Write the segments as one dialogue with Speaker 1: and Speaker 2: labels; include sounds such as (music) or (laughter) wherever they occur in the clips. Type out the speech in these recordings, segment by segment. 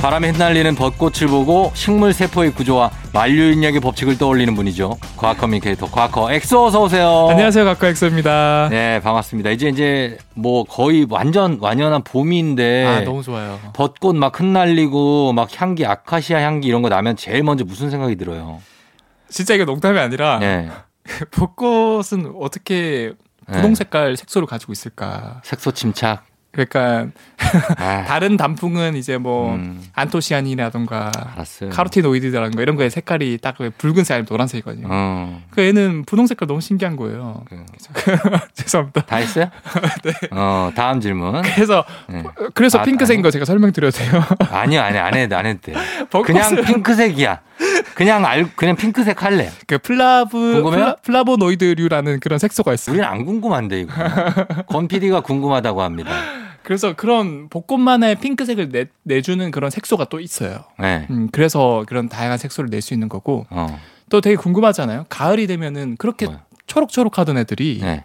Speaker 1: 바람에 흩날리는 벚꽃을 보고 식물 세포의 구조와 만류인력의 법칙을 떠올리는 분이죠. 과학 커뮤니케이터 과커 엑소 어서 오세요.
Speaker 2: 안녕하세요, 가카 엑소입니다.
Speaker 1: 네, 반갑습니다. 이제 이제 뭐 거의 완전 완연한 봄인데
Speaker 2: 아, 너무 좋아요.
Speaker 1: 벚꽃 막 흩날리고 막 향기 아카시아 향기 이런 거 나면 제일 먼저 무슨 생각이 들어요?
Speaker 2: 진짜 이게 농담이 아니라 (laughs)
Speaker 1: 네.
Speaker 2: 벚꽃은 어떻게
Speaker 1: 네.
Speaker 2: 분홍 색깔 색소를 가지고 있을까?
Speaker 1: 색소 침착.
Speaker 2: 그러니까
Speaker 1: 아,
Speaker 2: (laughs) 다른 단풍은 이제 뭐
Speaker 1: 음.
Speaker 2: 안토시아닌이라던가
Speaker 1: 알았어요.
Speaker 2: 카로티노이드라던가 이런 거의 색깔이 딱 붉은색 아니면 노란색이거든요.
Speaker 1: 어.
Speaker 2: 그 애는 분홍 색깔 너무 신기한 거예요. (laughs)
Speaker 1: 그,
Speaker 2: 죄송합니다.
Speaker 1: 다
Speaker 2: (laughs)
Speaker 1: 했어요?
Speaker 2: 네.
Speaker 1: 어, 다음 질문.
Speaker 2: 그래서
Speaker 1: 네.
Speaker 2: 그래서
Speaker 1: 아,
Speaker 2: 핑크색인
Speaker 1: 아니.
Speaker 2: 거 제가 설명드려도 돼요. (laughs)
Speaker 1: 아니요, 아니 안 해도 안 해도 돼.
Speaker 2: 어,
Speaker 1: 그냥
Speaker 2: 벚꽃은
Speaker 1: 핑크색이야. 그냥 알 그냥 핑크색 할래.
Speaker 2: 그 플라브
Speaker 1: 궁금해요?
Speaker 2: 플라, 플라보노이드류라는 그런 색소가 있어요.
Speaker 1: 우리는 안 궁금한데 이거. 건 PD가 궁금하다고 합니다.
Speaker 2: 그래서 그런 벚꽃만의 핑크색을 내, 내주는 그런 색소가 또 있어요.
Speaker 1: 네.
Speaker 2: 음, 그래서 그런 다양한 색소를 낼 수 있는 거고
Speaker 1: 어.
Speaker 2: 또 되게 궁금하잖아요. 가을이 되면은 그렇게
Speaker 1: 뭐요?
Speaker 2: 초록초록하던 애들이
Speaker 1: 네.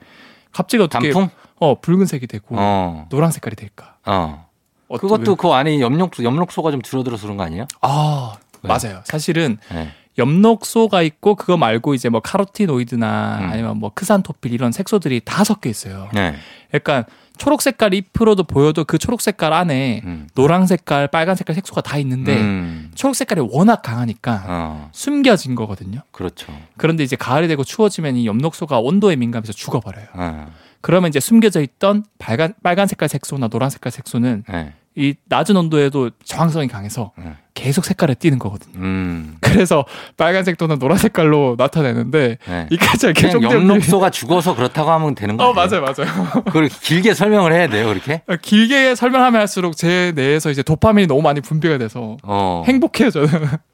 Speaker 2: 갑자기 어떻게
Speaker 1: 단풍?
Speaker 2: 어 붉은색이 되고
Speaker 1: 어.
Speaker 2: 노란 색깔이 될까?
Speaker 1: 어.
Speaker 2: 어떻-
Speaker 1: 그것도
Speaker 2: 왜-
Speaker 1: 그 안에 염록소, 염록소가 좀 줄어들어서 그런 거 아니에요?
Speaker 2: 아
Speaker 1: 왜?
Speaker 2: 맞아요. 사실은
Speaker 1: 네.
Speaker 2: 엽록소가 있고 그거 말고 이제 뭐 카로티노이드나
Speaker 1: 음.
Speaker 2: 아니면 뭐 크산토필 이런 색소들이 다 섞여 있어요.
Speaker 1: 네.
Speaker 2: 약간 초록 색깔 잎으로도 보여도 그 초록 색깔 안에
Speaker 1: 음.
Speaker 2: 노랑 색깔, 빨간 색깔 색소가 다 있는데
Speaker 1: 음.
Speaker 2: 초록 색깔이 워낙 강하니까
Speaker 1: 어,
Speaker 2: 숨겨진 거거든요.
Speaker 1: 그렇죠.
Speaker 2: 그런데 이제 가을이 되고 추워지면 이 엽록소가 온도에 민감해서 죽어버려요.
Speaker 1: 어,
Speaker 2: 그러면 이제 숨겨져 있던 빨간 빨간 색깔 색소나 노란 색깔 색소는
Speaker 1: 네.
Speaker 2: 이 낮은 온도에도 저항성이 강해서
Speaker 1: 네.
Speaker 2: 계속 색깔에 띄는 거거든요. (laughs)
Speaker 1: 음,
Speaker 2: 그래서 빨간색 또는 노란 색깔로 나타내는데
Speaker 1: 네.
Speaker 2: 이게
Speaker 1: 그냥
Speaker 2: 잘 계속되는
Speaker 1: 염록소가 죽어서 그렇다고 하면 되는 거예요.
Speaker 2: (laughs) 어 맞아요 맞아요.
Speaker 1: 그걸 길게 설명을 해야 돼요, 그렇게?
Speaker 2: 길게 설명하면 할수록 제 뇌에서 이제 도파민이 너무 많이 분비가 돼서
Speaker 1: 어.
Speaker 2: 행복해요 저는.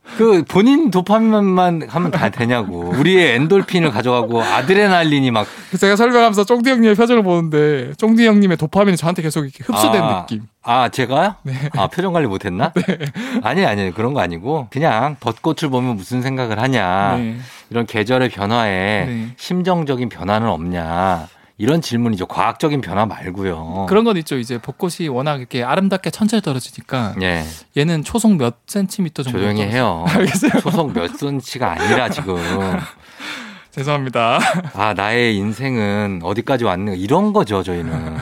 Speaker 2: (laughs)
Speaker 1: 그 본인 도파민만 하면 다 되냐고. 우리의 엔돌핀을 가져가고 아드레날린이 막
Speaker 2: 제가 설명하면서 쫑디 형님의 표정을 보는데 쫑디 형님의 도파민이 저한테 계속 이렇게 흡수된
Speaker 1: 아,
Speaker 2: 느낌.
Speaker 1: 아, 제가요?
Speaker 2: 네.
Speaker 1: 아, 표정 관리 못 했나? 아니, 아니, 그런 거 아니고 그냥 벚꽃을 보면 무슨 생각을 하냐.
Speaker 2: 네.
Speaker 1: 이런 계절의 변화에
Speaker 2: 네.
Speaker 1: 심정적인 변화는 없냐 이런 질문이죠. 과학적인 변화 말고요.
Speaker 2: 그런 건 있죠. 이제 벚꽃이 워낙 이렇게 아름답게 천천히 떨어지니까
Speaker 1: 예,
Speaker 2: 얘는 초속 몇 센티미터 정도
Speaker 1: 조용히 해요.
Speaker 2: (laughs) 알겠어요.
Speaker 1: 초속 몇 센치가 아니라 지금
Speaker 2: 죄송합니다.
Speaker 1: 아 나의 인생은 어디까지 왔는가 이런 거죠 저희는.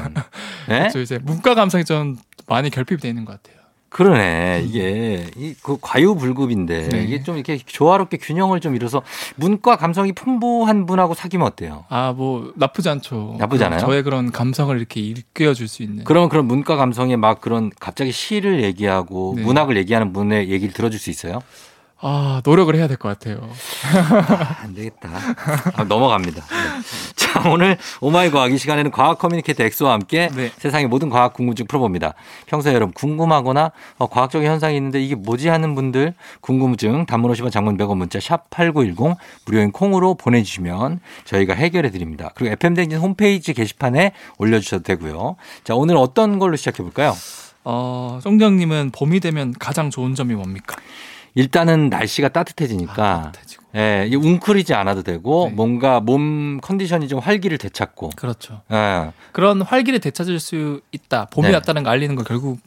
Speaker 1: 예?
Speaker 2: 저 이제 문과 감성이 좀 많이 결핍돼 있는 것 같아요.
Speaker 1: 그러네 이게 이 그 과유불급인데
Speaker 2: 음. 네.
Speaker 1: 이게 좀 이렇게 조화롭게 균형을 좀 이뤄서 문과 감성이 풍부한 분하고 사귀면 어때요?
Speaker 2: 아 뭐 나쁘지 않죠.
Speaker 1: 나쁘지 않아요?
Speaker 2: 저의 그런 감성을 이렇게 일깨워 줄 수 있는.
Speaker 1: 그러면 그런 문과 감성에 막 그런 갑자기 시를 얘기하고
Speaker 2: 네.
Speaker 1: 문학을 얘기하는 분의 얘기를 들어줄 수 있어요?
Speaker 2: 아 노력을 해야 될 것 같아요.
Speaker 1: 안 되겠다. 아, 넘어갑니다. 네. (laughs) 자, 오늘 오마이 과학 이 시간에는 과학 커뮤니케이터 엑소와 함께
Speaker 2: 네.
Speaker 1: 세상의 모든 과학 궁금증 풀어봅니다. 평소에 여러분 궁금하거나 어, 과학적인 현상이 있는데 이게 뭐지 하는 분들 궁금증 단문 50원 장문 100원 문자 샵 8910 무료인 콩으로 보내주시면 저희가 해결해 드립니다. 그리고 FM대진 홈페이지 게시판에 올려주셔도 되고요. 자, 오늘 어떤 걸로 시작해 볼까요?
Speaker 2: 어 송정님은 봄이 되면 가장 좋은 점이 뭡니까?
Speaker 1: 일단은 날씨가 따뜻해지니까
Speaker 2: 따뜻해지고.
Speaker 1: 예, 이 웅크리지 않아도 되고
Speaker 2: 네.
Speaker 1: 뭔가 몸 컨디션이 좀 활기를 되찾고
Speaker 2: 그렇죠.
Speaker 1: 예,
Speaker 2: 그런 활기를 되찾을 수 있다. 봄이
Speaker 1: 네.
Speaker 2: 왔다는 걸 알리는 건 결국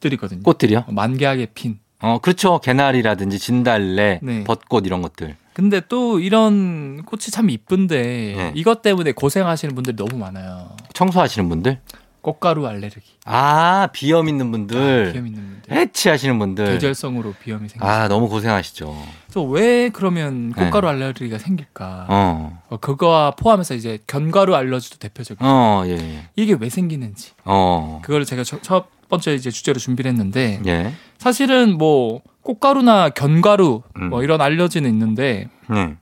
Speaker 2: 꽃들이거든요.
Speaker 1: 꽃들이요?
Speaker 2: 만개하게 핀.
Speaker 1: 어, 그렇죠. 개나리라든지 진달래,
Speaker 2: 네.
Speaker 1: 벚꽃 이런 것들.
Speaker 2: 근데 또 이런 꽃이 참 이쁜데
Speaker 1: 네.
Speaker 2: 이것 때문에 고생하시는 분들이 너무 많아요.
Speaker 1: 청소하시는 분들?
Speaker 2: 꽃가루 알레르기,
Speaker 1: 아, 비염 있는 분들.
Speaker 2: 아, 비염 있는 분들,
Speaker 1: 해치하시는 분들.
Speaker 2: 계절성으로 비염이 생겨.
Speaker 1: 네. 아, 너무 고생하시죠.
Speaker 2: 또 왜 그러면 꽃가루 알레르기가 생길까?
Speaker 1: 어.
Speaker 2: 어, 그거와 포함해서 이제 견과류 알러지도 대표적인.
Speaker 1: 어, 예, 예.
Speaker 2: 이게 왜 생기는지
Speaker 1: 어.
Speaker 2: 그걸 제가 첫- 첫 번째 이제 주제로 준비를 했는데
Speaker 1: 예.
Speaker 2: 사실은 뭐 꽃가루나 견과류
Speaker 1: 음.
Speaker 2: 뭐 이런 알러지는 있는데
Speaker 1: 네.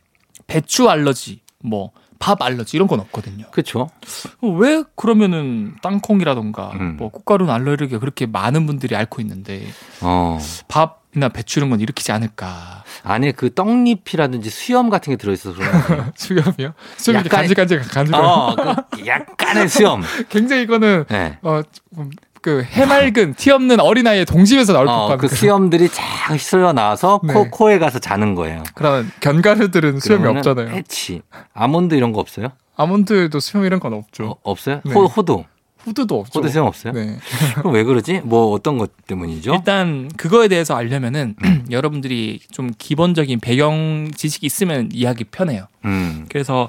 Speaker 2: 배추 알러지 뭐 밥 알러지 이런 건 없거든요.
Speaker 1: 그렇죠.
Speaker 2: 왜 그러면은 땅콩이라던가
Speaker 1: 음.
Speaker 2: 뭐 꽃가루는 알레르기가 그렇게 많은 분들이 앓고 있는데
Speaker 1: 어.
Speaker 2: 밥이나 배추 이런 건 일으키지 않을까?
Speaker 1: 안에 그 떡잎이라든지 수염 같은 게 들어있어서 그런
Speaker 2: (laughs)
Speaker 1: 거예요.
Speaker 2: (laughs) 수염이요? 수염이 어.
Speaker 1: 약간-
Speaker 2: (laughs) 간질간질 간질간질.
Speaker 1: 어, 그 약간의 수염.
Speaker 2: 굉장히 이거는
Speaker 1: 네.
Speaker 2: 어 그 해맑은 티 없는 어린아이의 동심에서 나올 법한
Speaker 1: 어, 그
Speaker 2: 그런-
Speaker 1: 수염들이 쫙 쓸려 나와서 코,
Speaker 2: 네.
Speaker 1: 코에 가서 자는 거예요.
Speaker 2: 그런 견과류들은 수염이
Speaker 1: 그러면은
Speaker 2: 없잖아요.
Speaker 1: 패치, 아몬드 이런 거 없어요?
Speaker 2: 아몬드도 수염 이런 건 없죠.
Speaker 1: 어, 없어요?
Speaker 2: 네.
Speaker 1: 호, 호두,
Speaker 2: 후드도 없죠.
Speaker 1: 호두 수염 없어요?
Speaker 2: 네.
Speaker 1: 그럼 (laughs) 왜 그러지? 뭐 어떤 것 때문이죠?
Speaker 2: 일단 그거에 대해서 알려면은 (clears throat) 여러분들이 좀 기본적인 배경 지식이 있으면 이해하기 편해요.
Speaker 1: 음,
Speaker 2: 그래서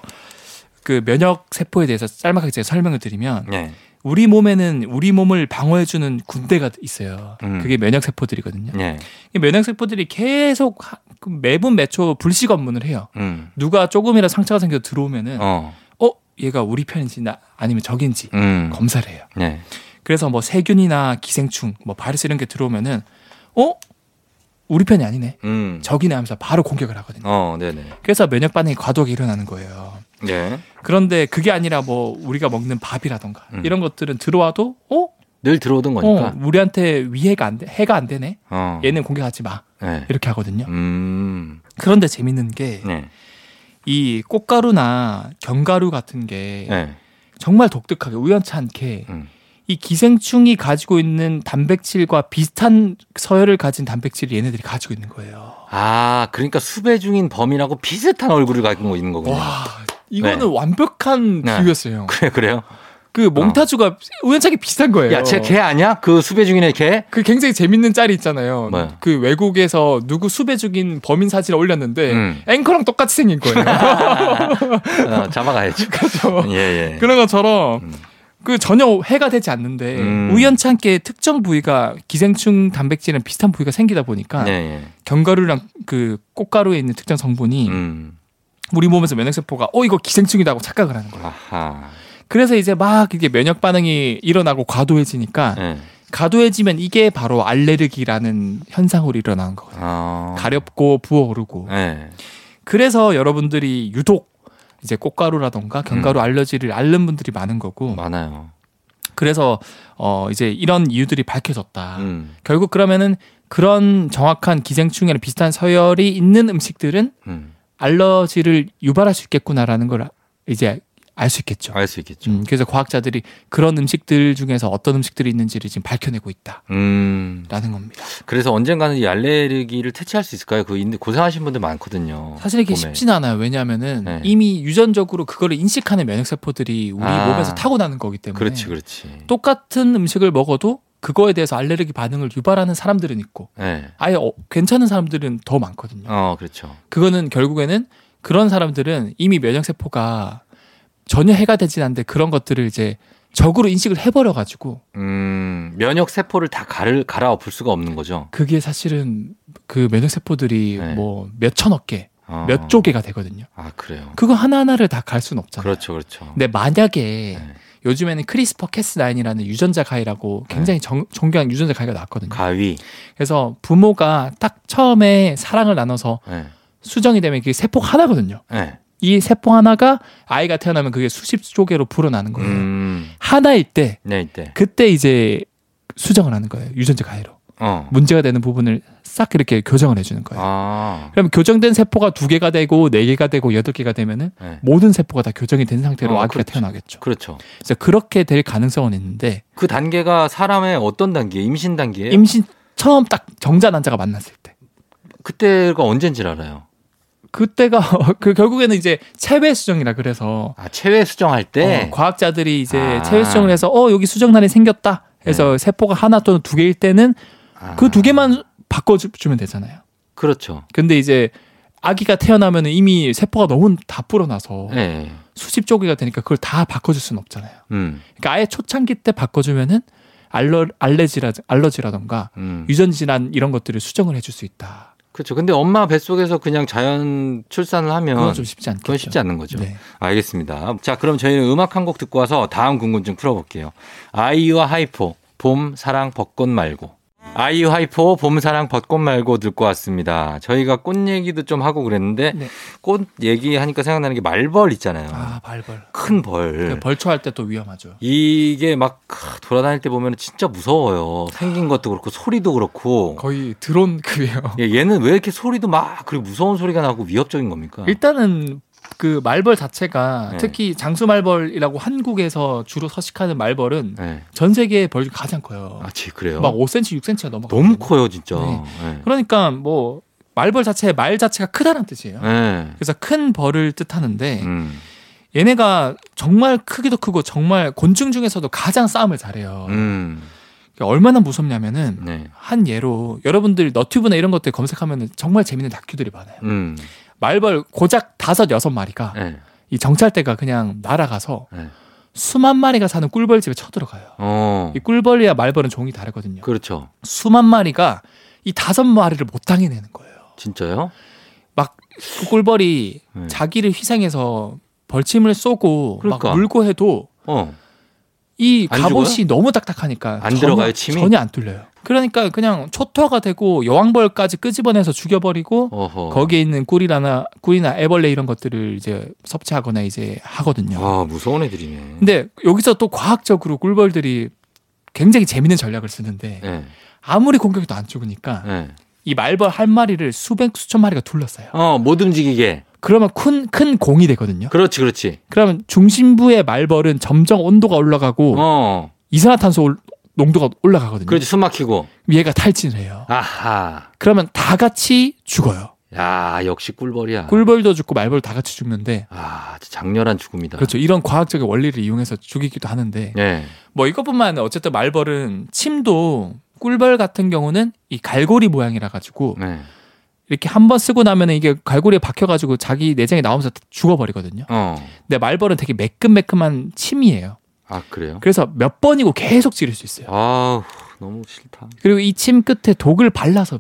Speaker 2: 그 면역 세포에 대해서 짤막하게 제가 설명을 드리면
Speaker 1: 네,
Speaker 2: 우리 몸에는 우리 몸을 방어해주는 군대가 있어요.
Speaker 1: 음.
Speaker 2: 그게 면역 세포들이거든요.
Speaker 1: 네,
Speaker 2: 이 면역 세포들이 계속 하- 그 매분 매초 불식 업무를 해요.
Speaker 1: 음,
Speaker 2: 누가 조금이라 상처가 생겨 들어오면은 어,
Speaker 1: 어,
Speaker 2: 얘가 우리 편인지 나, 아니면 적인지
Speaker 1: 음,
Speaker 2: 검사를 해요.
Speaker 1: 네,
Speaker 2: 그래서 뭐 세균이나 기생충, 뭐 바이러스 이런 게 들어오면은 어 우리 편이 아니네
Speaker 1: 음,
Speaker 2: 적이네 하면서 바로 공격을 하거든요.
Speaker 1: 어, 네, 네,
Speaker 2: 그래서 면역 반응이 과도하게 일어나는 거예요.
Speaker 1: 네.
Speaker 2: 그런데 그게 아니라 뭐 우리가 먹는 밥이라던가
Speaker 1: 음.
Speaker 2: 이런 것들은 들어와도 어?
Speaker 1: 늘 들어오던
Speaker 2: 어
Speaker 1: 거니까.
Speaker 2: 우리한테 위해가 안 돼, 해가 안 되네.
Speaker 1: 어,
Speaker 2: 얘는 공격하지 마
Speaker 1: 네,
Speaker 2: 이렇게 하거든요.
Speaker 1: 음,
Speaker 2: 그런데 재밌는 게 이
Speaker 1: 네,
Speaker 2: 꽃가루나 견가루 같은 게
Speaker 1: 네,
Speaker 2: 정말 독특하게 우연치 않게
Speaker 1: 음,
Speaker 2: 이 기생충이 가지고 있는 단백질과 비슷한 서열을 가진 단백질을 얘네들이 가지고 있는 거예요.
Speaker 1: 아, 그러니까 수배 중인 범인하고 비슷한 얼굴을 가지고 있는 거군요. (laughs)
Speaker 2: 와 이거는
Speaker 1: 네.
Speaker 2: 완벽한
Speaker 1: 네.
Speaker 2: 비유였어요.
Speaker 1: 그래, 그래요?
Speaker 2: 그 몽타주가 우연찮게 비슷한 거예요.
Speaker 1: 야, 쟤 걔 아니야? 그 수배 중인의 걔?
Speaker 2: 그 굉장히 재밌는 짤이 있잖아요.
Speaker 1: 뭐요?
Speaker 2: 그 외국에서 누구 수배 죽인 범인 사진을 올렸는데
Speaker 1: 음. 네.
Speaker 2: 앵커랑 똑같이
Speaker 1: (laughs)
Speaker 2: 생긴 거예요.
Speaker 1: 어, 잡아가야죠.
Speaker 2: 그렇죠.
Speaker 1: 예, 예.
Speaker 2: 그런 것처럼
Speaker 1: 음.
Speaker 2: 그 전혀 해가 되지 않는데
Speaker 1: 음.
Speaker 2: 우연찮게 특정 부위가 기생충 단백질이랑 비슷한 부위가 생기다 보니까
Speaker 1: 예, 예.
Speaker 2: 견과류랑 그 꽃가루에 있는 특정 성분이
Speaker 1: 음.
Speaker 2: 우리 몸에서 면역 세포가 어 이거 기생충이다고 착각을 하는 거예요.
Speaker 1: 아하.
Speaker 2: 그래서 이제 막 이게 면역 반응이 일어나고 과도해지니까
Speaker 1: 예.
Speaker 2: 과도해지면 이게 바로 알레르기라는 현상으로 일어나는 거거든요.
Speaker 1: 어.
Speaker 2: 가렵고 부어오르고
Speaker 1: 예.
Speaker 2: 그래서 여러분들이 유독 이제 꽃가루라던가
Speaker 1: 음.
Speaker 2: 견가루 알러지를 앓는 분들이 많은 거고
Speaker 1: 많아요.
Speaker 2: 그래서 어 이제 이런 이유들이 밝혀졌다.
Speaker 1: 음.
Speaker 2: 결국 그러면은 그런 정확한 기생충이나 비슷한 서열이 있는 음식들은
Speaker 1: 음.
Speaker 2: 알러지를 유발할 수 있겠구나라는 걸 이제 알 수 있겠죠.
Speaker 1: 알 수 있겠죠.
Speaker 2: 음, 그래서 과학자들이 그런 음식들 중에서 어떤 음식들이 있는지를 지금 밝혀내고 있다라는
Speaker 1: 음.
Speaker 2: 겁니다.
Speaker 1: 그래서 언젠가는 이 알레르기를 퇴치할 수 있을까요? 그 인- 고생하신 분들 많거든요.
Speaker 2: 사실 이게
Speaker 1: 몸에.
Speaker 2: 쉽진 않아요. 왜냐하면은
Speaker 1: 어, 네.
Speaker 2: 이미 유전적으로 그거를 인식하는 면역 세포들이 우리
Speaker 1: 아. 그렇죠.
Speaker 2: 몸에서 타고나는 거기 때문에
Speaker 1: 그렇지, 그렇지.
Speaker 2: 똑같은 음식을 먹어도 그거에 대해서 알레르기 반응을 유발하는 사람들은 있고
Speaker 1: 예.
Speaker 2: 아예 어- 괜찮은 사람들은 더 많거든요.
Speaker 1: 어, 그렇죠.
Speaker 2: 그거는 결국에는 그런 사람들은 이미 면역 세포가 전혀 해가 되진 않는데 그런 것들을 이제 적으로 인식을 해버려 가지고
Speaker 1: 음. 면역 세포를 다 가를 갈아엎을 수가 없는 거죠.
Speaker 2: 그게 사실은 그 면역 세포들이
Speaker 1: 네.
Speaker 2: 뭐 몇천억 개,
Speaker 1: 어.
Speaker 2: 몇 네. 조개가 되거든요.
Speaker 1: 아, 그래요.
Speaker 2: 그거 하나하나를 다 갈 수는 없잖아요.
Speaker 1: 그렇죠, 그렇죠.
Speaker 2: 근데 만약에
Speaker 1: 네.
Speaker 2: 요즘에는 크리스퍼 캐스9이라는 유전자 가위라고 굉장히 정, 정교한 유전자 가위가 나왔거든요.
Speaker 1: 가위.
Speaker 2: 그래서 부모가 딱 처음에 사랑을 나눠서
Speaker 1: 예.
Speaker 2: 수정이 되면 그게 세포 하나거든요.
Speaker 1: 예.
Speaker 2: 이 세포 하나가 아이가 태어나면 그게 수십 조개로 불어나는 거예요.
Speaker 1: 음.
Speaker 2: 하나일 때
Speaker 1: 네, 이때.
Speaker 2: 그때 이제 수정을 하는 거예요. 유전자 가위로.
Speaker 1: 어.
Speaker 2: 문제가 되는 부분을 싹 이렇게 교정을 해주는 거예요.
Speaker 1: 아.
Speaker 2: 그럼 교정된 세포가 두 개가 되고 네 개가 되고 여덟 개가 되면은
Speaker 1: 네.
Speaker 2: 모든 세포가 다 교정이 된 상태로
Speaker 1: 어,
Speaker 2: 아기가
Speaker 1: 그렇죠.
Speaker 2: 태어나겠죠.
Speaker 1: 그렇죠.
Speaker 2: 그래서 그렇게 될 가능성은 있는데
Speaker 1: 그 단계가 사람의 어떤 단계? 임신 단계예요?
Speaker 2: 임신 처음 딱 정자 난자가 만났을 때
Speaker 1: 그때가 언젠지 알아요.
Speaker 2: 그때가 (laughs) 그 결국에는 이제 체외 수정이라 그래서
Speaker 1: 아, 체외 수정할 때.
Speaker 2: 어, 과학자들이 이제
Speaker 1: 아. 네.
Speaker 2: 체외 수정을 해서 어 여기 수정란이 생겼다 해서 세포가 하나 또는 두 개일 때는
Speaker 1: 아,
Speaker 2: 그 두 개만 바꿔주면 되잖아요.
Speaker 1: 그렇죠.
Speaker 2: 근데 이제 아기가 태어나면 이미 세포가 너무 다 불어나서
Speaker 1: 예. 예.
Speaker 2: 수십 조개가 되니까 그걸 다 바꿔줄 수는 없잖아요.
Speaker 1: 음.
Speaker 2: 그러니까 아예 초창기 때 바꿔주면은 알러 알레지라 알러지라던가
Speaker 1: 음.
Speaker 2: 유전 질환 이런 것들을 수정을 해줄 수 있다.
Speaker 1: 그렇죠. 근데 엄마 뱃속에서 그냥 자연 출산을 하면
Speaker 2: 그건 좀 쉽지 않겠죠.
Speaker 1: 어, 그건 쉽지 않는 거죠.
Speaker 2: 네.
Speaker 1: 알겠습니다. 자, 그럼 저희는 음악 한 곡 듣고 와서 다음 궁금증 풀어볼게요. 아이유와 하이포, 봄, 사랑, 벚꽃 말고. 아이유 하이포, 봄, 사랑, 벚꽃 말고 듣고 왔습니다. 저희가 꽃 얘기도 좀 하고 그랬는데,
Speaker 2: 네.
Speaker 1: 꽃 얘기하니까 생각나는 게 말벌 있잖아요. 네.
Speaker 2: 아 발벌.
Speaker 1: 큰 벌.
Speaker 2: 그 벌초할 때 또 위험하죠.
Speaker 1: 이게 막 돌아다닐 때 보면 진짜 무서워요. 생긴 것도 그렇고, 소리도 그렇고.
Speaker 2: 거의 드론급이에요.
Speaker 1: 예, 얘는 왜 이렇게 소리도 막, 그리고 무서운 소리가 나고 위협적인 겁니까?
Speaker 2: 일단은 그 말벌 자체가
Speaker 1: 네.
Speaker 2: 특히 장수 말벌이라고 한국에서 주로 서식하는 말벌은
Speaker 1: 네.
Speaker 2: 전 세계의 벌 중에 가장 커요.
Speaker 1: 아, 지 그래요.
Speaker 2: 막 5cm, 6cm가 넘어.
Speaker 1: 너무 커요, 진짜.
Speaker 2: 네.
Speaker 1: 네.
Speaker 2: 그러니까 뭐 말벌 자체의 말 자체가 크다는 뜻이에요. 네.
Speaker 1: 네.
Speaker 2: 그래서 큰 벌을 뜻하는데
Speaker 1: 음.
Speaker 2: 얘네가 정말 크기도 크고 정말 곤충 중에서도 가장 싸움을 잘해요.
Speaker 1: 음.
Speaker 2: 그러니까 얼마나 무섭냐면은
Speaker 1: 네.
Speaker 2: 한 예로 여러분들 너튜브나 이런 것들 검색하면 정말 재밌는 다큐들이 많아요.
Speaker 1: 음.
Speaker 2: 말벌 고작 다섯 여섯 마리가
Speaker 1: 네.
Speaker 2: 이 정찰대가 그냥 날아가서
Speaker 1: 네.
Speaker 2: 수만 마리가 사는 꿀벌집에 쳐들어가요.
Speaker 1: 어.
Speaker 2: 이 꿀벌이야 말벌은 종이 다르거든요.
Speaker 1: 그렇죠.
Speaker 2: 수만 마리가 이 다섯 마리를 못 당해내는 거예요.
Speaker 1: 진짜요?
Speaker 2: 그 꿀벌이
Speaker 1: 네.
Speaker 2: 자기를 희생해서 벌침을 쏘고
Speaker 1: 그러니까.
Speaker 2: 막 물고 해도
Speaker 1: 어.
Speaker 2: 이
Speaker 1: 안
Speaker 2: 갑옷이 너무 딱딱하니까
Speaker 1: 안
Speaker 2: 전혀-
Speaker 1: 들어가요, 침이?
Speaker 2: 전혀 안 뚫려요. 그러니까 그냥 초토화가 되고 여왕벌까지 끄집어내서 죽여버리고
Speaker 1: 어허.
Speaker 2: 거기에 있는 꿀이나 꿀이나 애벌레 이런 것들을 이제 섭취하거나 이제 하거든요.
Speaker 1: 아, 무서운 애들이네.
Speaker 2: 근데 여기서 또 과학적으로 꿀벌들이 굉장히 재밌는 전략을 쓰는데
Speaker 1: 네.
Speaker 2: 아무리 공격해도 안 죽으니까
Speaker 1: 네.
Speaker 2: 이 말벌 한 마리를 수백 수천 마리가 둘러싸요.
Speaker 1: 어, 못 움직이게.
Speaker 2: 그러면 큰, 큰 공이 되거든요.
Speaker 1: 그렇지, 그렇지.
Speaker 2: 그러면 중심부의 말벌은 점점 온도가 올라가고
Speaker 1: 어.
Speaker 2: 이산화탄소 올- 농도가 올라가거든요.
Speaker 1: 그렇지, 숨 막히고.
Speaker 2: 얘가 탈진을 해요.
Speaker 1: 아하.
Speaker 2: 그러면 다 같이 죽어요.
Speaker 1: 야, 역시 꿀벌이야.
Speaker 2: 꿀벌도 죽고 말벌도 다 같이 죽는데
Speaker 1: 아, 진짜 장렬한 죽음이다.
Speaker 2: 그렇죠. 이런 과학적인 원리를 이용해서 죽이기도 하는데
Speaker 1: 네.
Speaker 2: 뭐 이것뿐만 아니라 어쨌든 말벌은 침도 꿀벌 같은 경우는 이 갈고리 모양이라 가지고
Speaker 1: 네.
Speaker 2: 이렇게 한 번 쓰고 나면 은 이게 갈고리에 박혀 가지고 자기 내장이 나오면서 죽어버리거든요.
Speaker 1: 어.
Speaker 2: 근데 말벌은 되게 매끈매끈한 침이에요.
Speaker 1: 아, 그래요?
Speaker 2: 그래서 몇 번이고 계속 찌를 수 있어요.
Speaker 1: 아, 너무 싫다.
Speaker 2: 그리고 이 침 끝에 독을 발라서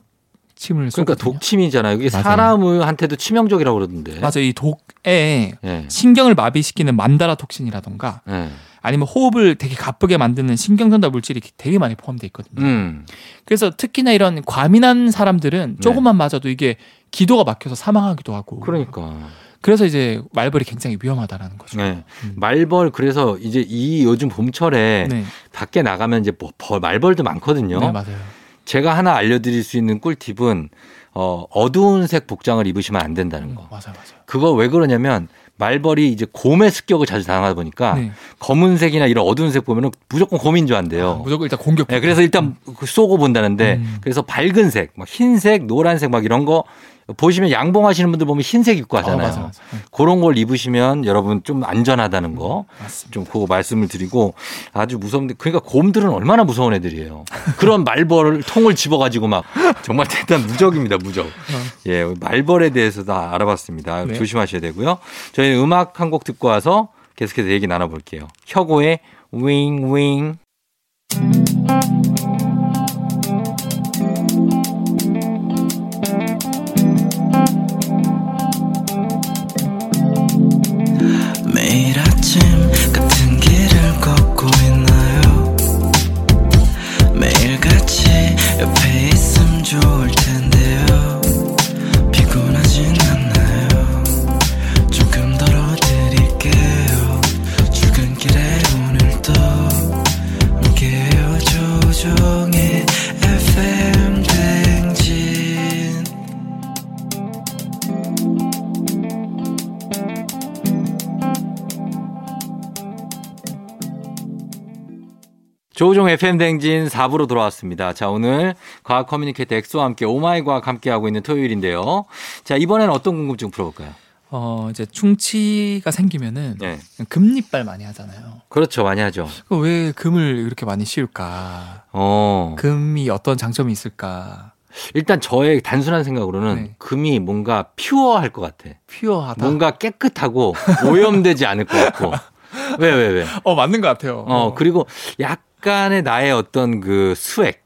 Speaker 2: 침을
Speaker 1: 그러니까
Speaker 2: 쏘거든요.
Speaker 1: 독침이잖아요. 네. 이게
Speaker 2: 맞아요.
Speaker 1: 사람한테도 치명적이라고 그러던데.
Speaker 2: 맞아 이 독에
Speaker 1: 예.
Speaker 2: 신경을 마비시키는 만다라 톡신이라던가
Speaker 1: 예.
Speaker 2: 아니면 호흡을 되게 가쁘게 만드는 신경전달 물질이 되게 많이 포함되어 있거든요.
Speaker 1: 음.
Speaker 2: 그래서 특히나 이런 과민한 사람들은
Speaker 1: 네.
Speaker 2: 조금만 맞아도 이게 기도가 막혀서 사망하기도 하고.
Speaker 1: 그러니까.
Speaker 2: 래서 이제 말벌이 굉장히 위험하다라는 거죠.
Speaker 1: 예.
Speaker 2: 음.
Speaker 1: 말벌 그래서 이제 이 요즘 봄철에
Speaker 2: 네,
Speaker 1: 밖에 나가면 이제 뭐 벌- 말벌도 많거든요.
Speaker 2: 네, 맞아요.
Speaker 1: 제가 하나 알려드릴 수 있는 꿀팁은 어, 어두운 색 복장을 입으시면 안 된다는
Speaker 2: 음,
Speaker 1: 거.
Speaker 2: 맞아요, 맞아요.
Speaker 1: 그거 왜 그러냐면 말벌이 이제 곰의 습격을 자주 당하다 보니까
Speaker 2: 네.
Speaker 1: 검은색이나 이런 어두운 색 보면은 무조건 곰인 줄
Speaker 2: 아,
Speaker 1: 안대요.
Speaker 2: 무조건 일단 공격.
Speaker 1: 예, 그래서 일단 그 쏘고 본다는데
Speaker 2: 음.
Speaker 1: 그래서 밝은 색, 막 흰색, 노란색 막 이런 거 보시면 양봉하시는 분들 보면 흰색 입고 하잖아요.
Speaker 2: 맞아, 맞아. 네,
Speaker 1: 그런 걸 입으시면 여러분 좀 안전하다는 거.
Speaker 2: 맞습니다.
Speaker 1: 좀 그거 말씀을 드리고 아주 무서운데 그러니까 곰들은 얼마나 무서운 애들이에요. 그런 말벌 통을 집어가지고 막 정말 대단 무적입니다 무적. 예 말벌에 대해서 다 알아봤습니다.
Speaker 2: 네.
Speaker 1: 조심하셔야 되고요. 저희 음악 한 곡 듣고 와서 계속해서 얘기 나눠볼게요. 혁오의 윙윙.
Speaker 3: 매일 아침 같은 길을 걷고 있나요 매일 같이 옆에 있음 좋을 텐데요 피곤하진 않나요 조금 덜어드릴게요 출근길에 오늘도 함께해요 조종의 FM 댕진
Speaker 1: 조종 FM 댕진 4부로 돌아왔습니다. 자, 오늘 과학 커뮤니케이터 엑소와 함께 오마이 과학 함께하고 있는 토요일인데요. 자, 이번에는 어떤 궁금증 풀어볼까요?
Speaker 2: 어, 이제 충치가 생기면은
Speaker 1: 네.
Speaker 2: 금리빨 많이 하잖아요.
Speaker 1: 그렇죠. 많이 하죠.
Speaker 2: 그왜 금을 이렇게 많이 씌울까?
Speaker 1: 어.
Speaker 2: 금이 어떤 장점이 있을까?
Speaker 1: 일단 저의 단순한 생각으로는
Speaker 2: 네.
Speaker 1: 금이 뭔가 퓨어할 것 같아.
Speaker 2: 퓨어하다.
Speaker 1: 뭔가 깨끗하고 오염되지 않을 것
Speaker 2: (laughs)
Speaker 1: 같고. 왜, 왜, 왜?
Speaker 2: 어 맞는 것 같아요.
Speaker 1: 어, 그리고 약간의 나의 어떤 그 수액.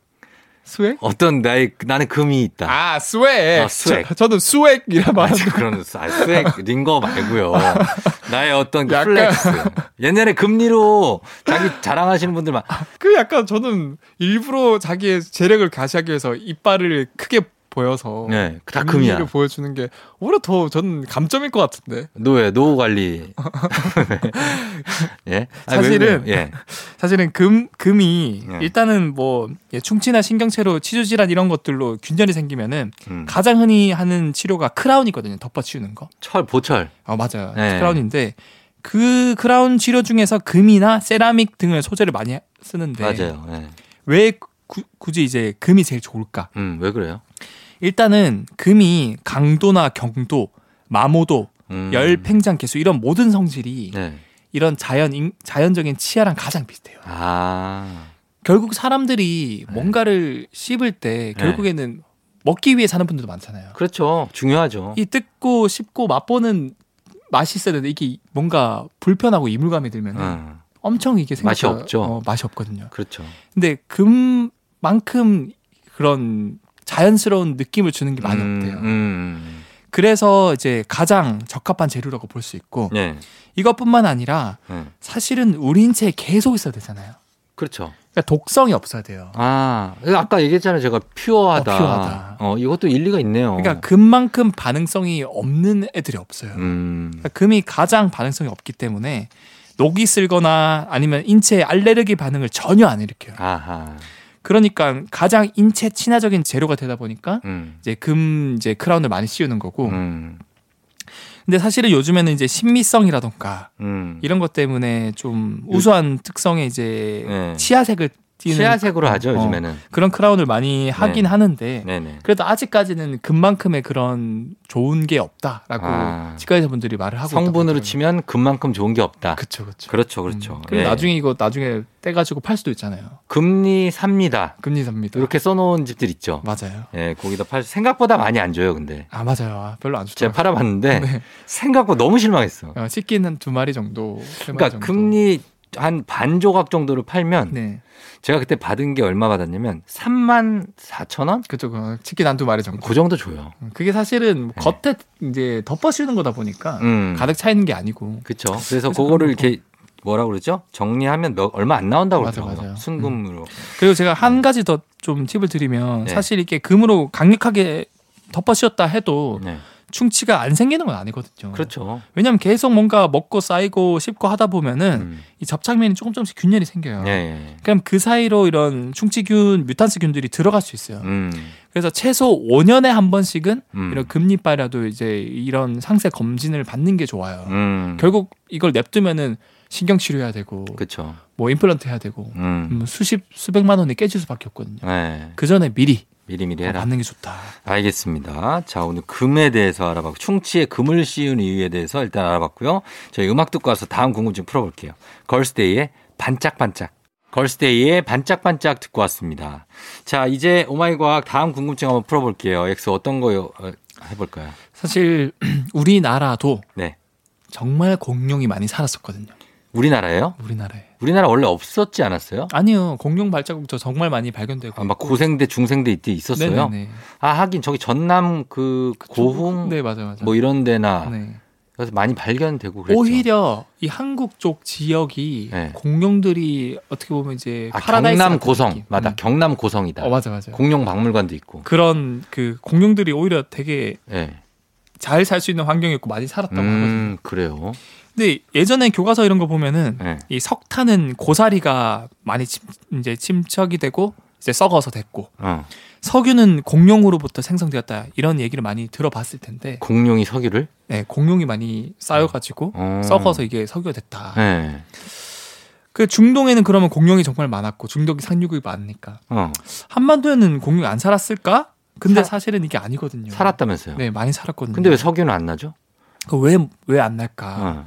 Speaker 2: 스웩?
Speaker 1: 어떤 나의, 나는 금이 있다.
Speaker 2: 아 스웩.
Speaker 1: 아, 스웩.
Speaker 2: 저, 저는
Speaker 1: (laughs)
Speaker 2: 스웩이라
Speaker 1: 아,
Speaker 2: 말하는
Speaker 1: 저 그런 수- 아, 수액 린거
Speaker 2: (laughs)
Speaker 1: 말고요. 나의 어떤 그
Speaker 2: 약간-
Speaker 1: 플렉스. 옛날에 금리로
Speaker 2: (laughs)
Speaker 1: 자기 자랑하시는 분들 막
Speaker 2: 그 약간 저는 일부러 자기의 재력을 가시하기 위해서 이빨을 크게 보여서
Speaker 1: 네, 다
Speaker 2: 금리를
Speaker 1: 금이야.
Speaker 2: 보여주는 게 오히려 더 저는 감점일 것 같은데
Speaker 1: 노예 노후
Speaker 2: (laughs)
Speaker 1: 관리. (laughs) 예. 아니,
Speaker 2: 사실은-
Speaker 1: 왜냐면- 예.
Speaker 2: 사실은 금 금이
Speaker 1: 네.
Speaker 2: 일단은 뭐 예, 충치나 신경체로 치주 질환 이런 것들로 균열이 생기면은
Speaker 1: 음.
Speaker 2: 가장 흔히 하는 치료가 크라운이거든요 덮어치우는 거.
Speaker 1: 철 보철.
Speaker 2: 아 맞아요
Speaker 1: 네.
Speaker 2: 크라운인데 그 크라운 치료 중에서 금이나 세라믹 등을 소재를 많이 쓰는데
Speaker 1: 맞아요. 예.
Speaker 2: 왜 구- 굳이 이제 금이 제일 좋을까?
Speaker 1: 음, 왜 그래요?
Speaker 2: 일단은 금이 강도나 경도, 마모도,
Speaker 1: 음.
Speaker 2: 열, 팽장 개수 이런 모든 성질이
Speaker 1: 네.
Speaker 2: 이런 자연 인- 자연적인 치아랑 가장 비슷해요.
Speaker 1: 아.
Speaker 2: 결국 사람들이
Speaker 1: 네.
Speaker 2: 뭔가를 씹을
Speaker 1: 네.
Speaker 2: 때 결국에는 먹기 위해 사는 분들도 많잖아요.
Speaker 1: 그렇죠. 중요하죠.
Speaker 2: 이 뜯고 씹고 맛보는 맛이 있어야 되는데 이게 뭔가 불편하고 이물감이 들면 은
Speaker 1: 음,
Speaker 2: 엄청 이게 생각
Speaker 1: 맛이 없죠.
Speaker 2: 맛이 없거든요.
Speaker 1: 그렇죠.
Speaker 2: 근데 금만큼 그런 자연스러운 느낌을 주는 게 많이
Speaker 1: 음,
Speaker 2: 없대요.
Speaker 1: 음, 음.
Speaker 2: 그래서 이제 가장 적합한 재료라고 볼 수 있고
Speaker 1: 예.
Speaker 2: 이것뿐만 아니라
Speaker 1: 예.
Speaker 2: 사실은 우리 인체에 계속 있어야 되잖아요.
Speaker 1: 그렇죠.
Speaker 2: 그러니까 독성이 없어야 돼요.
Speaker 1: 아, 아까 얘기했잖아요. 제가 퓨어하다.
Speaker 2: 어, 퓨어하다.
Speaker 1: 어, 이것도 일리가 있네요.
Speaker 2: 그러니까 금만큼 반응성이 없는 애들이 없어요.
Speaker 1: 어. 음.
Speaker 2: 그러니까 금이 가장 반응성이 없기 때문에 녹이 쓸거나 아니면 인체에 알레르기 반응을 전혀 안 일으켜요.
Speaker 1: 아하.
Speaker 2: 그러니까 가장 인체 친화적인 재료가 되다 보니까
Speaker 1: 음.
Speaker 2: 이제 금 이제 크라운을 많이 씌우는 거고.
Speaker 1: 음.
Speaker 2: 근데 사실은 요즘에는 이제 신미성이라던가
Speaker 1: 음.
Speaker 2: 이런 것 때문에 좀 우수한 특성의 이제
Speaker 1: 네.
Speaker 2: 치아색을 띄는
Speaker 1: 치아색으로 하죠,
Speaker 2: 어.
Speaker 1: 요즘에는.
Speaker 2: 그런 크라운을 많이 하긴
Speaker 1: 네.
Speaker 2: 하는데
Speaker 1: 네네.
Speaker 2: 그래도 아직까지는 금만큼의 그런 좋은 게 없다라고
Speaker 1: 아.
Speaker 2: 치과의사분들이 말을 하고
Speaker 1: 성분으로 치면 금만큼 좋은 게 없다. 그,
Speaker 2: 그렇죠 그렇죠
Speaker 1: 렇죠 그렇죠.
Speaker 2: 그럼
Speaker 1: 예.
Speaker 2: 나중에 이거 나중에 떼가지고 팔 수도 있잖아요
Speaker 1: 금리 삽니다.
Speaker 2: 금리 삽니다
Speaker 1: 이렇게 써놓은 집들 있죠.
Speaker 2: 맞아요
Speaker 1: 예, 거기다 팔 생각보다 많이 안 줘요, 근데.
Speaker 2: 아 맞아요 아, 별로 안
Speaker 1: 제가
Speaker 2: 좋더라고요
Speaker 1: 팔아봤는데
Speaker 2: 네.
Speaker 1: 생각보다 너무 실망했어.
Speaker 2: 어, 치킨은 두 마리 정도 세 마리
Speaker 1: 그러니까
Speaker 2: 정도.
Speaker 1: 금리 한 반 조각 정도를 팔면
Speaker 2: 네
Speaker 1: 제가 그때 받은 게 얼마 받았냐면 3만 4천 원?
Speaker 2: 그쪽 어, 치킨 한 두 마리 정도
Speaker 1: 그 정도 줘요.
Speaker 2: 음, 그게 사실은 겉에 이제 덮어 씌우는 거다 보니까
Speaker 1: 네. 음.
Speaker 2: 아, 가득 차 있는 게 아니고
Speaker 1: 그쵸 그래서
Speaker 2: 그래서
Speaker 1: 그거를
Speaker 2: 그런 거.
Speaker 1: 이렇게 뭐라 그러죠? 정리하면 몇- 얼마 안 나온다고
Speaker 2: 맞아,
Speaker 1: 그러더라고요.
Speaker 2: 맞아요.
Speaker 1: 순금으로.
Speaker 2: 그리고 제가 한 가지 더 좀 팁을 드리면
Speaker 1: 네.
Speaker 2: 사실 이렇게 금으로 강력하게 덮어 씌웠다 해도
Speaker 1: 네.
Speaker 2: 충치가 안 생기는 건 아니거든요.
Speaker 1: 그렇죠.
Speaker 2: 왜냐하면 계속 뭔가 먹고 쌓이고 씹고 하다 보면은
Speaker 1: 음.
Speaker 2: 이 접착면이 조금 조금씩 균열이 생겨요.
Speaker 1: 예, 예.
Speaker 2: 그럼 그 사이로 이런 충치균, 뮤탄스균들이 들어갈 수 있어요.
Speaker 1: 음.
Speaker 2: 그래서 최소 5년에 한 번씩은
Speaker 1: 음.
Speaker 2: 이런 금리빨이라도 이제 이런 상세 검진을 받는 게 좋아요.
Speaker 1: 음.
Speaker 2: 그 결국 이걸 냅두면은 신경 치료해야 되고
Speaker 1: 그렇죠.
Speaker 2: 뭐 임플란트 해야 되고
Speaker 1: 음.
Speaker 2: 음, 수십 수백만 원이 깨질 수밖에 없거든요.
Speaker 1: 네.
Speaker 2: 그 전에 미리
Speaker 1: 미리미리
Speaker 2: 어,
Speaker 1: 해라.
Speaker 2: 받는 게 좋다.
Speaker 1: 알겠습니다. 자, 오늘 금에 대해서 알아봤고, 충치에 금을 씌운 이유에 대해서 일단 알아봤고요. 저희 음악 듣고 와서 다음 궁금증 풀어볼게요. 걸스데이의 반짝반짝. 걸스데이의 반짝반짝 듣고 왔습니다. 자, 이제 오마이과학 다음 궁금증 한번 풀어볼게요. 엑소 어떤 거 어, 해볼까요?
Speaker 2: 사실 (clears throat) 우리나라도
Speaker 1: 네.
Speaker 2: 정말 공룡이 많이 살았었거든요.
Speaker 1: 우리나라예요?
Speaker 2: 우리나라에.
Speaker 1: 우리나라 원래 없었지 않았어요?
Speaker 2: 아니요. 공룡 발자국 저 정말 많이 발견되고.
Speaker 1: 아마 고생대, 중생대 이때 있었어요?
Speaker 2: 네네네.
Speaker 1: 아, 하긴 저기 전남 그 고흥
Speaker 2: 네, 맞아요. 맞아요.
Speaker 1: 뭐 이런 데나
Speaker 2: 네.
Speaker 1: 그래서 많이 발견되고 그랬죠.
Speaker 2: 오히려 이 한국 쪽 지역이
Speaker 1: 네.
Speaker 2: 공룡들이 어떻게 보면 이제
Speaker 1: 아,
Speaker 2: 파라다이스
Speaker 1: 경남
Speaker 2: 같은
Speaker 1: 고성
Speaker 2: 느낌.
Speaker 1: 맞아
Speaker 2: 음.
Speaker 1: 경남 고성이다.
Speaker 2: 어, 맞아 맞아.
Speaker 1: 공룡 박물관도 있고.
Speaker 2: 그런 그 공룡들이 오히려 되게
Speaker 1: 예.
Speaker 2: 잘 살 수 있는 환경이었고 많이 살았다고 하거든요.
Speaker 1: 음, 그래요.
Speaker 2: 근데 예전에 교과서 이런 거 보면은
Speaker 1: 예.
Speaker 2: 이 석탄은 고사리가 많이 침, 이제 침착이 되고 이제 썩어서 됐고
Speaker 1: 어.
Speaker 2: 석유는 공룡으로부터 생성되었다 이런 얘기를 많이 들어봤을 텐데
Speaker 1: 공룡이 석유를
Speaker 2: 네, 공룡이 많이 쌓여가지고
Speaker 1: 어.
Speaker 2: 썩어서 이게 석유가 됐다.
Speaker 1: 예.
Speaker 2: 그 중동에는 그러면 공룡이 정말 많았고 중동이 상륙이 많으니까
Speaker 1: 어.
Speaker 2: 한반도에는 공룡이 안 살았을까? 근데
Speaker 1: 사-
Speaker 2: 사실은 이게 아니거든요.
Speaker 1: 살았다면서요.
Speaker 2: 네, 많이 살았거든요.
Speaker 1: 근데 왜 석유는 안 나죠?
Speaker 2: 그왜왜 안 날까?
Speaker 1: 어.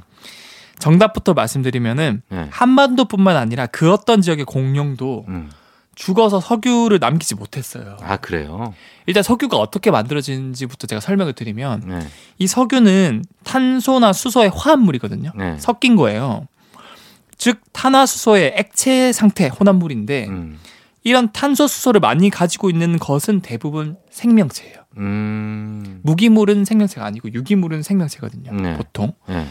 Speaker 2: 정답부터 말씀드리면은
Speaker 1: 예.
Speaker 2: 한반도뿐만 아니라 그 어떤 지역의 공룡도
Speaker 1: 음.
Speaker 2: 죽어서 석유를 남기지 못했어요.
Speaker 1: 아 그래요.
Speaker 2: 일단 석유가 어떻게 만들어지는지부터 제가 설명을 드리면
Speaker 1: 네.
Speaker 2: 이 석유는 탄소나 수소의 화합물이거든요.
Speaker 1: 네.
Speaker 2: 섞인 거예요. 즉 탄화수소의 액체 상태 혼합물인데
Speaker 1: 음.
Speaker 2: 이런 탄소 수소를 많이 가지고 있는 것은 대부분 생명체예요.
Speaker 1: 음.
Speaker 2: 무기물은 생명체가 아니고 유기물은 생명체거든요.
Speaker 1: 네.
Speaker 2: 보통.
Speaker 1: 예.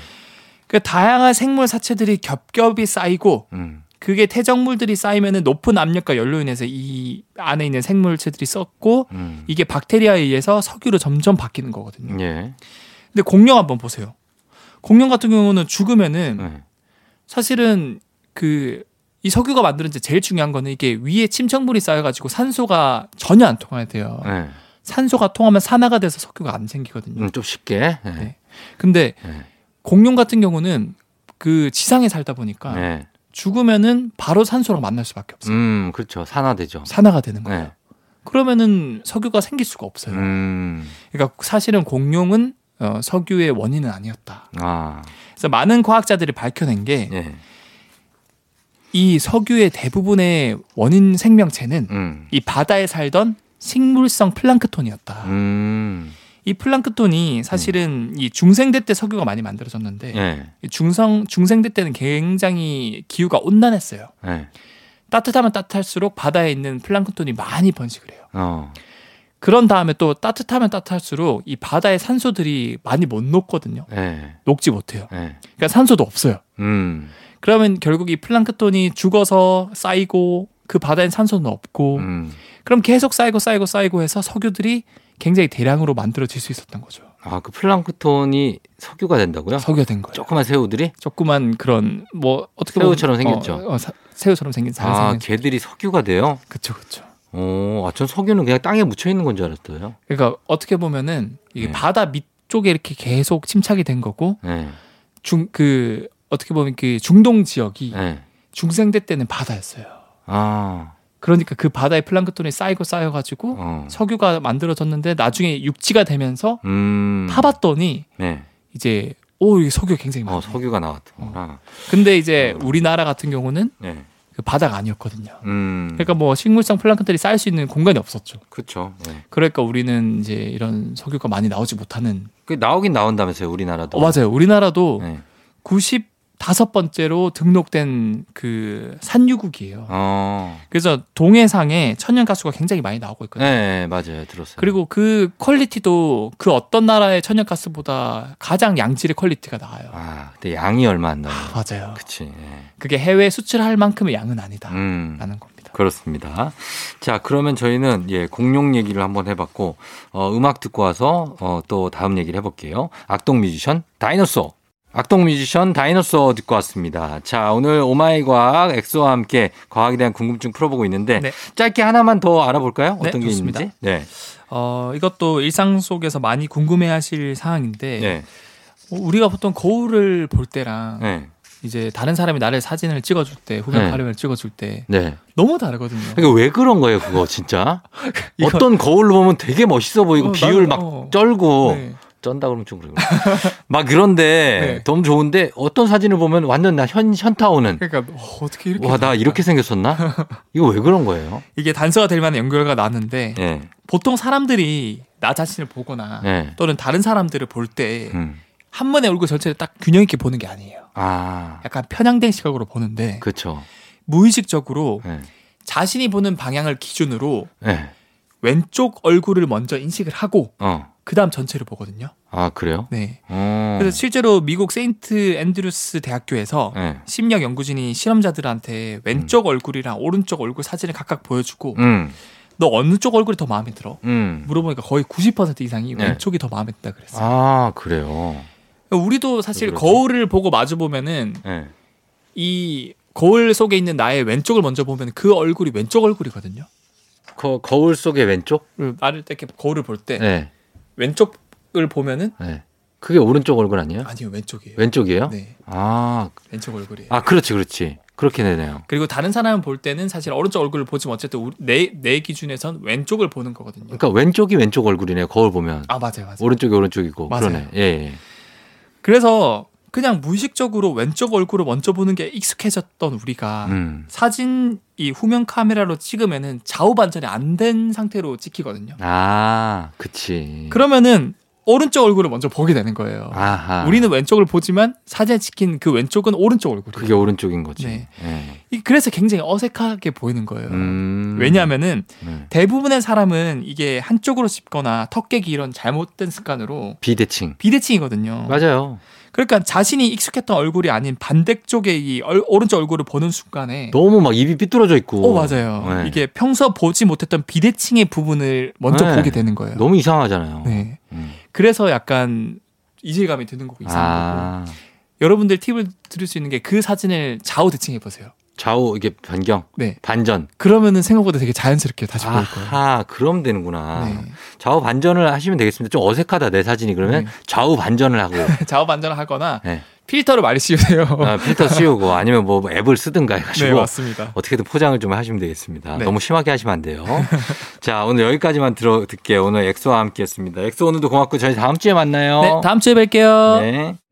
Speaker 2: 그 다양한 생물 사체들이 겹겹이 쌓이고
Speaker 1: 음.
Speaker 2: 그게 퇴적물들이 쌓이면은 높은 압력과 열로 인해서 이 안에 있는 생물체들이 썩고
Speaker 1: 음.
Speaker 2: 이게 박테리아에 의해서 석유로 점점 바뀌는 거거든요.
Speaker 1: 예.
Speaker 2: 근데 공룡 한번 보세요. 공룡 같은 경우는 죽으면은
Speaker 1: 네.
Speaker 2: 사실은 그 이 석유가 만드는데 제일 중요한 거는 이게 위에 침청물이 쌓여가지고 산소가 전혀 안 통해야 돼요.
Speaker 1: 네.
Speaker 2: 산소가 통하면 산화가 돼서 석유가 안 생기거든요.
Speaker 1: 음, 좀 쉽게. 예.
Speaker 2: 네. 근데
Speaker 1: 네.
Speaker 2: 공룡 같은 경우는 그 지상에 살다 보니까
Speaker 1: 예.
Speaker 2: 죽으면은 바로 산소랑 만날 수밖에 없어요.
Speaker 1: 음, 그렇죠. 산화되죠.
Speaker 2: 산화가 되는 거예요.
Speaker 1: 네.
Speaker 2: 그러면은 석유가 생길 수가 없어요.
Speaker 1: 음.
Speaker 2: 그러니까 사실은 공룡은 어, 석유의 원인은 아니었다.
Speaker 1: 아.
Speaker 2: 그래서 많은 과학자들이 밝혀낸 게 이
Speaker 1: 예.
Speaker 2: 석유의 대부분의 원인 생명체는
Speaker 1: 음.
Speaker 2: 이 바다에 살던 식물성 플랑크톤이었다.
Speaker 1: 음.
Speaker 2: 이 플랑크톤이 사실은 이 중생대 때 석유가 많이 만들어졌는데
Speaker 1: 예.
Speaker 2: 이 중성 중생대 때는 굉장히 기후가 온난했어요.
Speaker 1: 예.
Speaker 2: 따뜻하면 따뜻할수록 바다에 있는 플랑크톤이 많이 번식을 해요.
Speaker 1: 어.
Speaker 2: 그런 다음에 또 따뜻하면 따뜻할수록 이 바다의 산소들이 많이 못 녹거든요.
Speaker 1: 예.
Speaker 2: 녹지 못해요.
Speaker 1: 예.
Speaker 2: 그러니까 산소도 없어요.
Speaker 1: 음.
Speaker 2: 그러면 결국 이 플랑크톤이 죽어서 쌓이고 그 바다엔 산소는 없고
Speaker 1: 음.
Speaker 2: 그럼 계속 쌓이고 쌓이고 쌓이고 해서 석유들이 굉장히 대량으로 만들어질 수 있었던 거죠.
Speaker 1: 아, 그 플랑크톤이 석유가 된다고요?
Speaker 2: 석유가 된 거예요.
Speaker 1: 조그만 새우들이?
Speaker 2: 조그만 그런 뭐 어떻게 보면-
Speaker 1: 새우처럼 생겼죠.
Speaker 2: 어, 어, 사- 새우처럼 생긴 잘
Speaker 1: 아,
Speaker 2: 생긴.
Speaker 1: 걔들이 석유가 돼요?
Speaker 2: 그쵸 그쵸.
Speaker 1: 오, 아, 전 석유는 그냥 땅에 묻혀 있는 건 줄 알았어요.
Speaker 2: 그러니까 어떻게 보면은 이게
Speaker 1: 네.
Speaker 2: 바다 밑 쪽에 이렇게 계속 침착이 된 거고
Speaker 1: 예.
Speaker 2: 중 그 어떻게 보면 그 중동 지역이
Speaker 1: 예.
Speaker 2: 중생대 때는 바다였어요.
Speaker 1: 아.
Speaker 2: 그러니까 그 바다에 플랑크톤이 쌓이고 쌓여가지고
Speaker 1: 어.
Speaker 2: 석유가 만들어졌는데 나중에 육지가 되면서
Speaker 1: 음.
Speaker 2: 파봤더니
Speaker 1: 네.
Speaker 2: 이제 오 이게 석유 가 굉장히 많아.
Speaker 1: 어,
Speaker 2: 요
Speaker 1: 석유가 나왔구나.
Speaker 2: 근데 이제
Speaker 1: 어.
Speaker 2: 우리나라 같은 경우는
Speaker 1: 네.
Speaker 2: 그 바다가 아니었거든요.
Speaker 1: 음.
Speaker 2: 그러니까 뭐 식물성 플랑크톤이 쌓일 수 있는 공간이 없었죠.
Speaker 1: 그렇죠. 네.
Speaker 2: 그러니까 우리는 이제 이런 석유가 많이 나오지 못하는.
Speaker 1: 그 나오긴 나온다면서요, 우리나라도.
Speaker 2: 어, 맞아요. 우리나라도
Speaker 1: 네.
Speaker 2: 95번째로 등록된 그 산유국이에요.
Speaker 1: 어.
Speaker 2: 그래서 동해상에 천연 가수가 굉장히 많이 나오고 있거든요.
Speaker 1: 네, 맞아요. 들었어요.
Speaker 2: 그리고 그 퀄리티도 그 어떤 나라의 천연 가스보다 가장 양질의 퀄리티가 나와요.
Speaker 1: 아, 근데 양이 얼마 안 나와요.
Speaker 2: 맞아요.
Speaker 1: 그치. 예.
Speaker 2: 그게 해외 수출할 만큼의 양은 아니다라는
Speaker 1: 음.
Speaker 2: 겁니다.
Speaker 1: 그렇습니다. 자, 그러면 저희는 예, 공룡 얘기를 한번 해봤고, 어, 음악 듣고 와서 어, 또 다음 얘기를 해볼게요. 악동 뮤지션 다이너소. 악동 뮤지션 다이너소 듣고 왔습니다. 자, 오늘 오마이 과학 엑소와 함께 과학에 대한 궁금증 풀어보고 있는데
Speaker 2: 네.
Speaker 1: 짧게 하나만 더 알아볼까요?
Speaker 2: 네,
Speaker 1: 어떤 게
Speaker 2: 좋습니다.
Speaker 1: 있는지? 네.
Speaker 2: 어, 이것도 일상 속에서 많이 궁금해하실 사항인데
Speaker 1: 네.
Speaker 2: 어, 우리가 보통 거울을 볼 때랑
Speaker 1: 네.
Speaker 2: 이제 다른 사람이 나를 사진을 찍어줄 때 후면
Speaker 1: 네.
Speaker 2: 촬영을 찍어줄 때
Speaker 1: 네.
Speaker 2: 너무 다르거든요.
Speaker 1: 그러니까 왜 그런 거예요, 그거 진짜?
Speaker 2: (laughs) 이거-
Speaker 1: 어떤 거울로 보면 되게 멋있어 보이고
Speaker 2: 어,
Speaker 1: 비율
Speaker 2: 나는-
Speaker 1: 막
Speaker 2: 어.
Speaker 1: 쩔고
Speaker 2: 네.
Speaker 1: 쩐다 그러면 좀 그래요. 막 그런데
Speaker 2: (laughs) 네.
Speaker 1: 너무 좋은데 어떤 사진을 보면 완전 나 현 현타 오는
Speaker 2: 그러니까 어, 떻게 이렇게
Speaker 1: 와 나
Speaker 2: 다를까?
Speaker 1: 이렇게 생겼었나? 이거 왜 그런
Speaker 2: (laughs)
Speaker 1: 거예요?
Speaker 2: 이게 단서가 될 만한 연결과 나는데
Speaker 1: 예.
Speaker 2: 보통 사람들이 나 자신을 보거나
Speaker 1: 예.
Speaker 2: 또는 다른 사람들을 볼 때 한
Speaker 1: 음.
Speaker 2: 번에 얼굴 전체를 딱 균형 있게 보는 게 아니에요.
Speaker 1: 아.
Speaker 2: 약간 편향된 시각으로 보는데
Speaker 1: 그렇죠.
Speaker 2: 무의식적으로
Speaker 1: 예.
Speaker 2: 자신이 보는 방향을 기준으로
Speaker 1: 예.
Speaker 2: 왼쪽 얼굴을 먼저 인식을 하고
Speaker 1: 어.
Speaker 2: 그다음 전체를 보거든요.
Speaker 1: 아, 그래요?
Speaker 2: 네.
Speaker 1: 어.
Speaker 2: 그래서 실제로 미국 세인트 앤드루스 대학교에서
Speaker 1: 예.
Speaker 2: 심리학 연구진이 실험자들한테 왼쪽 얼굴이랑 오른쪽 얼굴 사진을 각각 보여주고
Speaker 1: 음.
Speaker 2: 너 어느 쪽 얼굴이 더 마음에 들어?
Speaker 1: 음.
Speaker 2: 물어보니까 거의 90% 이상이
Speaker 1: 네.
Speaker 2: 왼쪽이 더 마음에 든다 그랬어요. 그러니까
Speaker 1: 아, 그렇죠. 그래요.
Speaker 2: 우리도 사실
Speaker 1: 그러지?
Speaker 2: 거울을 보고 마주 보면은
Speaker 1: 예.
Speaker 2: 이 거울 속에 있는 나의 왼쪽을 먼저 보면 그 얼굴이 왼쪽 얼굴이거든요.
Speaker 1: 거, 거울 속의 왼쪽?
Speaker 2: 그 나를 이렇게 거울을 볼 때
Speaker 1: 예.
Speaker 2: 왼쪽을 보면은
Speaker 1: 예. 그게 오른쪽 얼굴 아니에요?
Speaker 2: 아니요 왼쪽이에요.
Speaker 1: 왼쪽이에요?
Speaker 2: 네
Speaker 1: 아,
Speaker 2: 왼쪽 얼굴이에요.
Speaker 1: 아, 그렇지, 그렇지. 그렇게 되네요.
Speaker 2: 그리고 다른 사람 볼 때는 사실 오른쪽 얼굴을 보지만 어쨌든 우리- 내, 내 기준에선 왼쪽을 보는 거거든요.
Speaker 1: 그러니까 왼쪽이 왼쪽 얼굴이네요. 거울 보면
Speaker 2: 아 맞아요 맞아요.
Speaker 1: 오른쪽이 오른쪽이고
Speaker 2: 맞아요.
Speaker 1: 그러네. 예.
Speaker 2: 그래서 그냥 무의식적으로 왼쪽 얼굴을 먼저 보는 게 익숙해졌던 우리가
Speaker 1: 예. 음.
Speaker 2: 사진 이 후면 카메라로 찍으면은 좌우 반전이 안 된 상태로 찍히거든요.
Speaker 1: 아, 그치.
Speaker 2: 그러면은 오른쪽 얼굴을 먼저 보게 되는 거예요.
Speaker 1: 아하.
Speaker 2: 우리는 왼쪽을 보지만 사진에 찍힌 그 왼쪽은 오른쪽 얼굴이에요.
Speaker 1: 그게 오른쪽인 거지.
Speaker 2: 네.
Speaker 1: 예.
Speaker 2: 이- 그래서 굉장히 어색하게 보이는 거예요.
Speaker 1: 음.
Speaker 2: 왜냐하면은
Speaker 1: 네.
Speaker 2: 대부분의 사람은 이게 한쪽으로 씹거나 턱 깨기 이런 잘못된 습관으로
Speaker 1: 비대칭.
Speaker 2: 비대칭이거든요.
Speaker 1: 맞아요.
Speaker 2: 그러니까 자신이 익숙했던 얼굴이 아닌 반대쪽의 이 얼- 오른쪽 얼굴을 보는 순간에
Speaker 1: 너무 막 입이 삐뚤어져 있고.
Speaker 2: 네. 어 맞아요.
Speaker 1: 네.
Speaker 2: 이게 평소 보지 못했던 비대칭의 부분을 먼저
Speaker 1: 네.
Speaker 2: 보게 되는 거예요.
Speaker 1: 너무 이상하잖아요.
Speaker 2: 네.
Speaker 1: 음.
Speaker 2: 그래서 약간 이질감이 드는 거고 이상한 거고.
Speaker 1: 아,
Speaker 2: 여러분들 팁을 드릴 수 있는 게 그 사진을 좌우 대칭해 보세요.
Speaker 1: 좌우 이게 변경,
Speaker 2: 네.
Speaker 1: 반전.
Speaker 2: 그러면은 생각보다 되게 자연스럽게 다시 보일 거예요.
Speaker 1: 아하, 그럼 되는구나.
Speaker 2: 네. (laughs)
Speaker 1: 좌우 반전을 하시면 되겠습니다. 좀 어색하다 내 사진이 그러면
Speaker 2: 네.
Speaker 1: 좌우 반전을
Speaker 2: (laughs)
Speaker 1: 하고
Speaker 2: 좌우 반전을 하거나
Speaker 1: 네.
Speaker 2: 필터를 많이 씌우세요.
Speaker 1: 아, 필터 씌우고 아니면 뭐 앱을 쓰든가 해가지고
Speaker 2: (laughs) 네, 맞습니다.
Speaker 1: 어떻게든 포장을 좀 하시면 되겠습니다.
Speaker 2: 네.
Speaker 1: 너무 심하게 하시면 안 돼요. (laughs) 자, 오늘 여기까지만 들어 듣게요. 오늘 엑소와 네, 함께했습니다. 엑소 오늘도 고맙고 저희 다음 주에 만나요.
Speaker 2: 네, 다음 주에 뵐게요.
Speaker 1: 네.